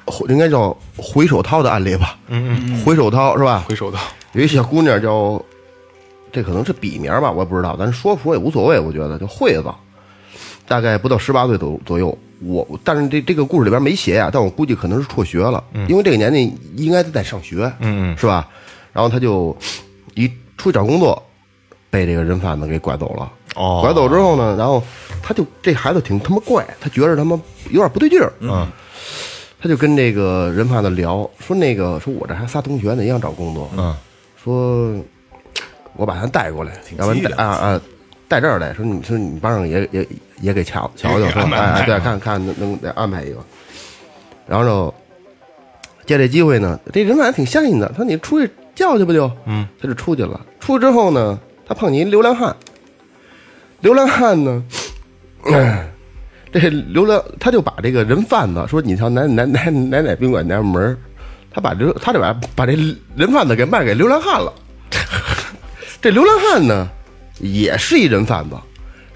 S4: 回应该叫回手掏的案例吧。嗯嗯，回手掏是吧？
S3: 回首到
S4: 有一小姑娘叫，这可能是笔名吧，我也不知道，咱说说也无所谓，我觉得叫惠子。大概不到十八岁左左右，我但是这这个故事里边没写呀、但我估计可能是辍学了，因为这个年纪应该在上学，嗯嗯嗯，是吧？然后他就一出去找工作，被这个人贩子给拐走了。
S1: 哦
S4: 拐走之后呢，然后他就这孩子挺他妈怪，他觉着他妈有点不对劲儿，嗯，他就跟这个人贩子聊，说那个说我这还仨同学呢，一样找工作，嗯，说我把他带过来，要不然带啊啊带这儿来，说你说你班上也也也给瞧瞧瞧，说哎哎对，看看能能能安排一个，然后借这机会呢，这人贩子挺相信的，他说你出去叫去不就，嗯，他就出去了，出去之后呢，他碰见一流浪汉。流浪汉呢，这流浪他就把这个人贩子说你上哪哪哪哪哪宾馆哪门儿他把流他就把把这人贩子给卖给流浪汉了。这流浪汉呢，也是一人贩子，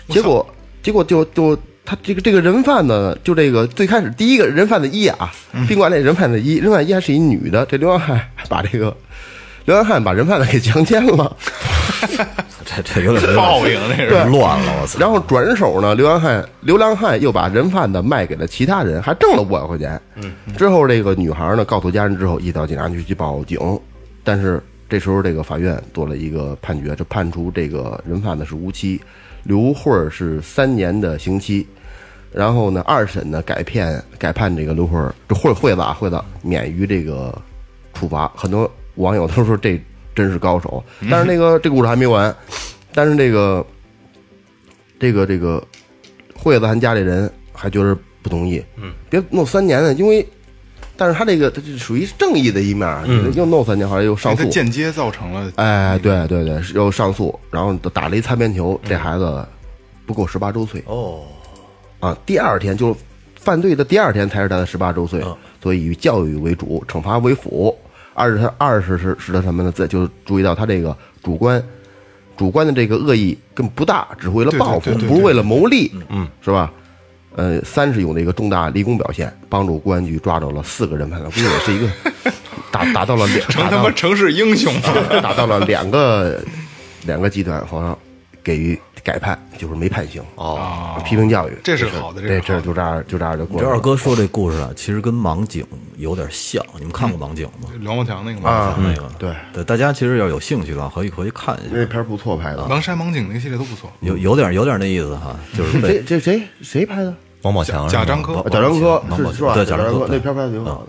S4: 结果结果就就他这个这个人贩子就这个最开始第一个人贩子一啊，宾馆那人贩子一，人贩子一还是一女的，这流浪汉把这个流浪汉把人贩子给强奸了。
S5: 这
S3: *laughs*
S5: 这有点
S3: 报应啊这是。
S5: 乱了，我操！
S4: 然后转手呢，流浪汉流浪汉又把人贩子卖给了其他人，还挣了五百块钱。嗯，之后这个女孩呢，告诉家人之后，一到警察局去报警，但是这时候这个法院做了一个判决，就判处这个人贩子是无期，刘慧儿是三年的刑期。然后呢，二审呢改骗改判这个刘慧儿，这慧惠子啊惠子免于这个处罚。很多网友都说这真是高手，但是那个这个故事还没完，但是这个这个这个惠子他家里人还觉得不同意，嗯，别弄三年呢，因为，但是他这个他这属于正义的一面，嗯，又弄三年，后来又上
S3: 它
S4: 诉，
S3: 间接造成了
S4: 哎，对对对，又上诉，然后打了一擦边球，这孩子不够十八周岁哦，啊，第二天就是犯罪的第二天才是他的十八周岁，
S3: 嗯
S4: 所以以教育为主，惩罚为辅。二是他二是是使得什么呢？这就注意到他这个主观主观的这个恶意更不大，只为了
S3: 对对
S4: 报复
S3: 对，对
S4: 不是
S3: 对
S4: 为了谋利，嗯，是吧？呃，三是有那个重大立功表现，帮助公安局抓着了四个人犯，估计也是一个 *laughs* 达达到了两
S3: *laughs* 成
S4: 达
S3: 他
S4: 到
S3: 妈城市英
S4: *laughs*
S3: 雄了。
S4: 达到了两个两个集团，好像给予改判，就是没判刑
S3: 啊
S4: 哦，批评教育，
S3: 这是好的
S4: 这
S3: 这是
S4: 这就这样就这样就过
S5: 这
S4: 了。
S5: 二哥说这故事啊，其实跟盲井有点像。你们看过盲井吗？
S3: 梁国强那个嘛，
S5: 那个
S4: 啊对
S5: 对，大家其实要有兴趣的话，可以回去看一
S4: 嗯那
S5: 下，
S4: 片儿不错拍的，
S3: 狼山盲井那个系列都不错。
S5: 有有点有点那意思哈，
S3: *laughs*
S5: 就是被
S4: 这这谁谁拍的？
S1: 王宝强是
S3: 贾
S1: 吗
S3: 樟柯
S4: 啊贾樟柯
S5: 王宝
S4: 是是吧？
S5: 对
S4: 贾
S5: 贾樟柯
S4: 那片儿拍的挺好的。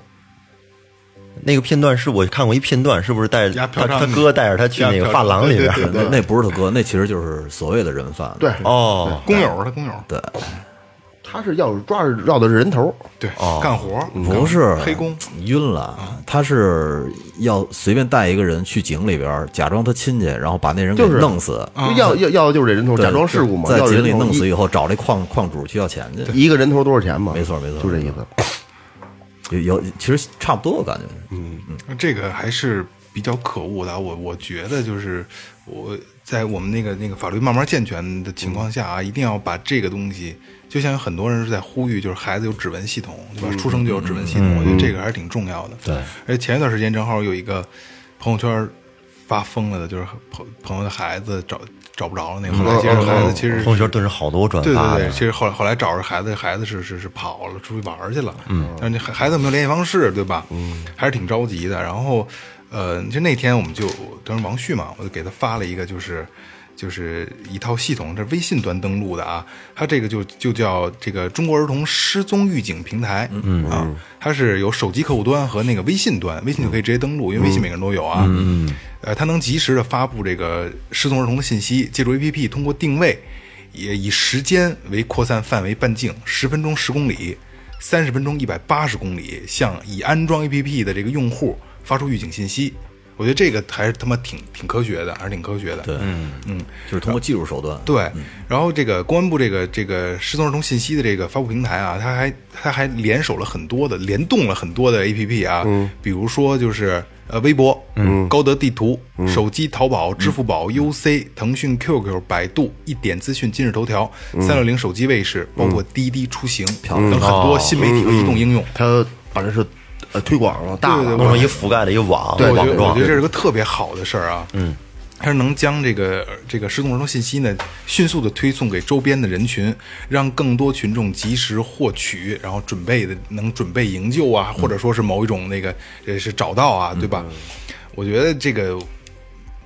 S1: 那个片段是我看过一片段，是不是带
S3: 压
S1: 他
S3: 嫖娼
S1: 他哥带着他去那
S3: 压
S1: 个
S3: 嫖娼
S1: 发廊里边
S3: 对对
S5: 那那不是他哥，那其实就是所谓的人贩。
S4: 对，
S1: 哦，
S3: 工友儿，他工友儿，
S5: 对，
S4: 他是要是抓着绕的是人头，
S3: 对，
S4: 哦
S3: 干活儿
S5: 不是
S3: 黑工，啊
S5: 晕了，他是要随便带一个人去井里边儿，假装他亲戚，然后把那人给
S4: 就是
S5: 弄
S3: 啊
S5: 死，
S4: 就要要要的就是这人头，
S5: 对
S4: 假装事故嘛，
S5: 在
S4: 要
S5: 井
S4: 人
S5: 里
S4: 头
S5: 弄死
S4: 一
S5: 以后，找这矿矿主去要钱去。
S4: 一个人头多少钱嘛？
S5: 没错没错
S4: 就这意思。
S5: 有有，其实差不多，我感觉。
S3: 嗯这个还是比较可恶的。啊我我觉得就是我在我们那个那个法律慢慢健全的情况下啊，一定要把这个东西，就像有很多人是在呼吁，就是孩子有指纹系统，对吧？出生就有指纹系统，我觉得这个还是挺重要的。对，而且前一段时间正好有一个朋友圈发疯了的，就是朋朋友的孩子找找不着了，那个后来其实孩子其实
S1: 朋友圈顿时好多转
S3: 对
S1: 发
S3: 对
S1: 呀
S3: 对，，其实后来后来找着孩子，孩子是是是跑了出去玩儿去了，嗯，但是你孩孩子没有联系方式，对吧？嗯，还是挺着急的。然后，呃，就那天我们就当时王旭嘛，我就给他发了一个，就是就是一套系统，这是微信端登录的啊，它这个就就叫这个中国儿童失踪预警平台，嗯啊，它是有手机客户端和那个微信端，微信就可以直接登录，因为微信每个人都有啊，嗯，呃，它能及时的发布这个失踪儿童的信息，借助 APP 通过定位。也以时间为扩散范围半径，十分钟十公里，三十分钟一百八十公里，向已安装 APP 的这个用户发出预警信息。我觉得这个还是他妈挺挺科学的，还是挺科学的。对，
S5: 嗯就是通过技术手段。
S3: 嗯对，然后这个公安部这个这个失踪儿童信息的这个发布平台啊，它还它还联手了很多的，联动了很多的 A P P 啊，比如说就是呃微博、嗯、高德地图、手机淘宝、支付宝、U C、腾讯 Q Q、百度、一点资讯、今日头条、三六零手机卫士，包括滴滴出行等很多新媒体和移动应用。
S4: 他把这是呃推广了，大
S3: 对
S4: 了
S3: 对
S1: 弄成一覆盖的一网
S3: 我觉
S1: 网
S3: 得我
S1: 状
S3: 觉得，这是个特别好的事儿啊。嗯，它是能将这个这个失踪儿童信息呢，迅速的推送给周边的人群，让更多群众及时获取，然后准备的能准备营救啊，或者说是某一种那个呃是找到啊，对吧？我觉得这个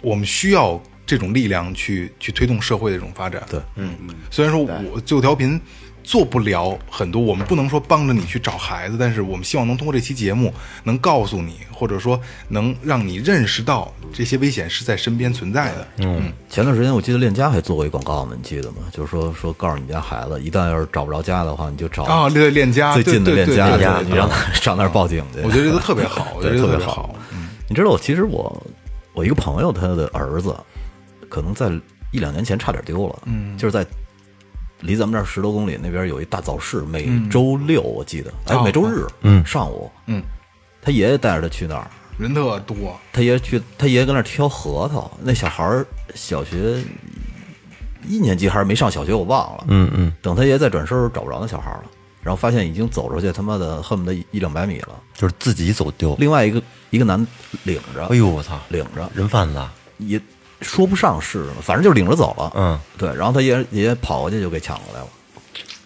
S3: 我们需要这种力量去去推动社会的这种发展。对，嗯，虽然说我最后调频做不了很多，我们不能说帮着你去找孩子，但是我们希望能通过这期节目能告诉你，或者说能让你认识到这些危险是在身边存在的。嗯，
S5: 前段时间我记得链家还做过一广告呢，你记得吗？就是说说告诉你们家孩子，一旦要是找不着家的话，你就找
S3: 啊，对，链家
S5: 最近的
S3: 对
S5: 链
S3: 对
S5: 家，
S3: 对对
S5: 对你让他上那儿报警去。
S3: 我觉得这都特别好，我觉得
S5: 对
S3: 这都
S5: 特
S3: 别
S5: 别
S3: 好。嗯
S5: 你知道我其实我我一个朋友他的儿子，可能在一两年前差点丢了，嗯，就是在离咱们这儿十多公里那边有一大早市，每周六我记得，哎，每周日，嗯，上午，
S3: 嗯，
S5: 他爷爷带着他去那儿，
S3: 人特多，
S5: 他爷去，他爷跟那儿挑核桃。那小孩儿小学一年级还是没上小学，我忘了。嗯嗯。等他爷再转身儿找不着那小孩儿了，然后发现已经走出去，他妈的恨不得一一两百米了。
S1: 就是自己走丢。
S5: 另外一个一个男领着，
S1: 哎呦，我操，
S5: 领着
S1: 人贩子啊，
S5: 也说不上是什么，反正就领着走了。
S1: 嗯，
S5: 对。然后他爷爷跑过去就给抢过来了，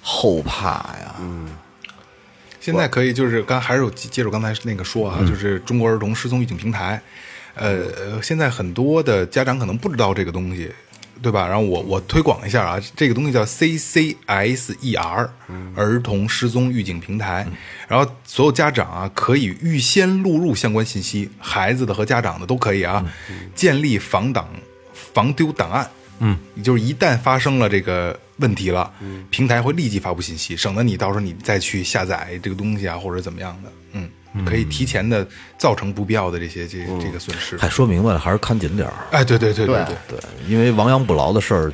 S5: 后怕呀。
S3: 现在可以就是刚还是有接接着刚才那个说啊，就是中国儿童失踪预警平台，呃，呃现在很多的家长可能不知道这个东西，对吧？然后我我推广一下啊，这个东西叫 CCSER，儿童失踪预警平台。然后所有家长啊，可以预先录入相关信息，孩子的和家长的都可以啊，建立防挡防丢档案。嗯，就是一旦发生了这个问题了，平台会立即发布信息，省得你到时候你再去下载这个东西啊，或者怎么样的，嗯，可以提前的造成不必要的这些这这个损失。
S5: 还说明白了，还是看紧点儿。
S3: 哎，对对对对
S4: 对
S5: 对，因为亡羊补牢的事儿，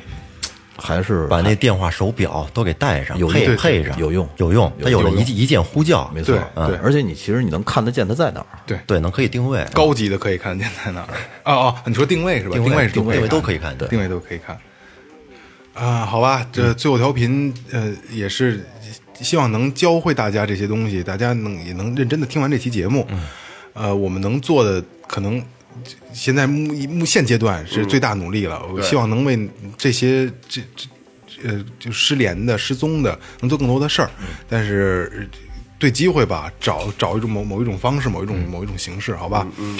S5: 还是
S1: 把那电话手表都给带上，
S5: 有用
S1: 配
S5: 对
S1: 配上，
S5: 有用
S1: 有用。它有了
S3: 有
S1: 一一键呼叫，
S5: 没错，
S3: 对
S5: 嗯
S3: 对
S5: 而且你其实你能看得见它在哪儿。
S3: 对
S1: 对，能可以定位，
S3: 高级的可以看得见在哪儿。哦哦，你说定位是吧？
S1: 定
S3: 位
S1: 定位
S3: 位
S1: 都
S3: 都
S1: 可
S3: 以
S1: 以看，
S3: 看的，定位都可以看。啊，好吧，这最后调频，呃，也是希望能教会大家这些东西，大家能也能认真的听完这期节目。呃，我们能做的可能现在目目现阶段是最大努力了，我希望能为这些这这呃，就失联的、失踪的，能做更多的事儿。但是呃对机会吧，找找一种某某一种方式，某一种、某一种形式，好吧？嗯，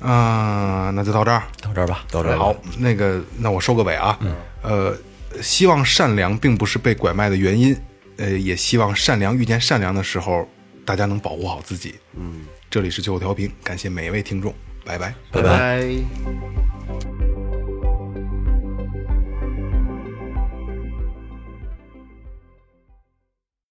S3: 啊，那就到这儿，
S1: 到这儿吧，
S5: 到这儿吧
S3: 好，那个，那我收个尾啊。呃，希望善良并不是被拐卖的原因，呃，也希望善良遇见善良的时候，大家能保护好自己。嗯，这里是最后调频，感谢每一位听众，拜拜。
S4: 拜拜。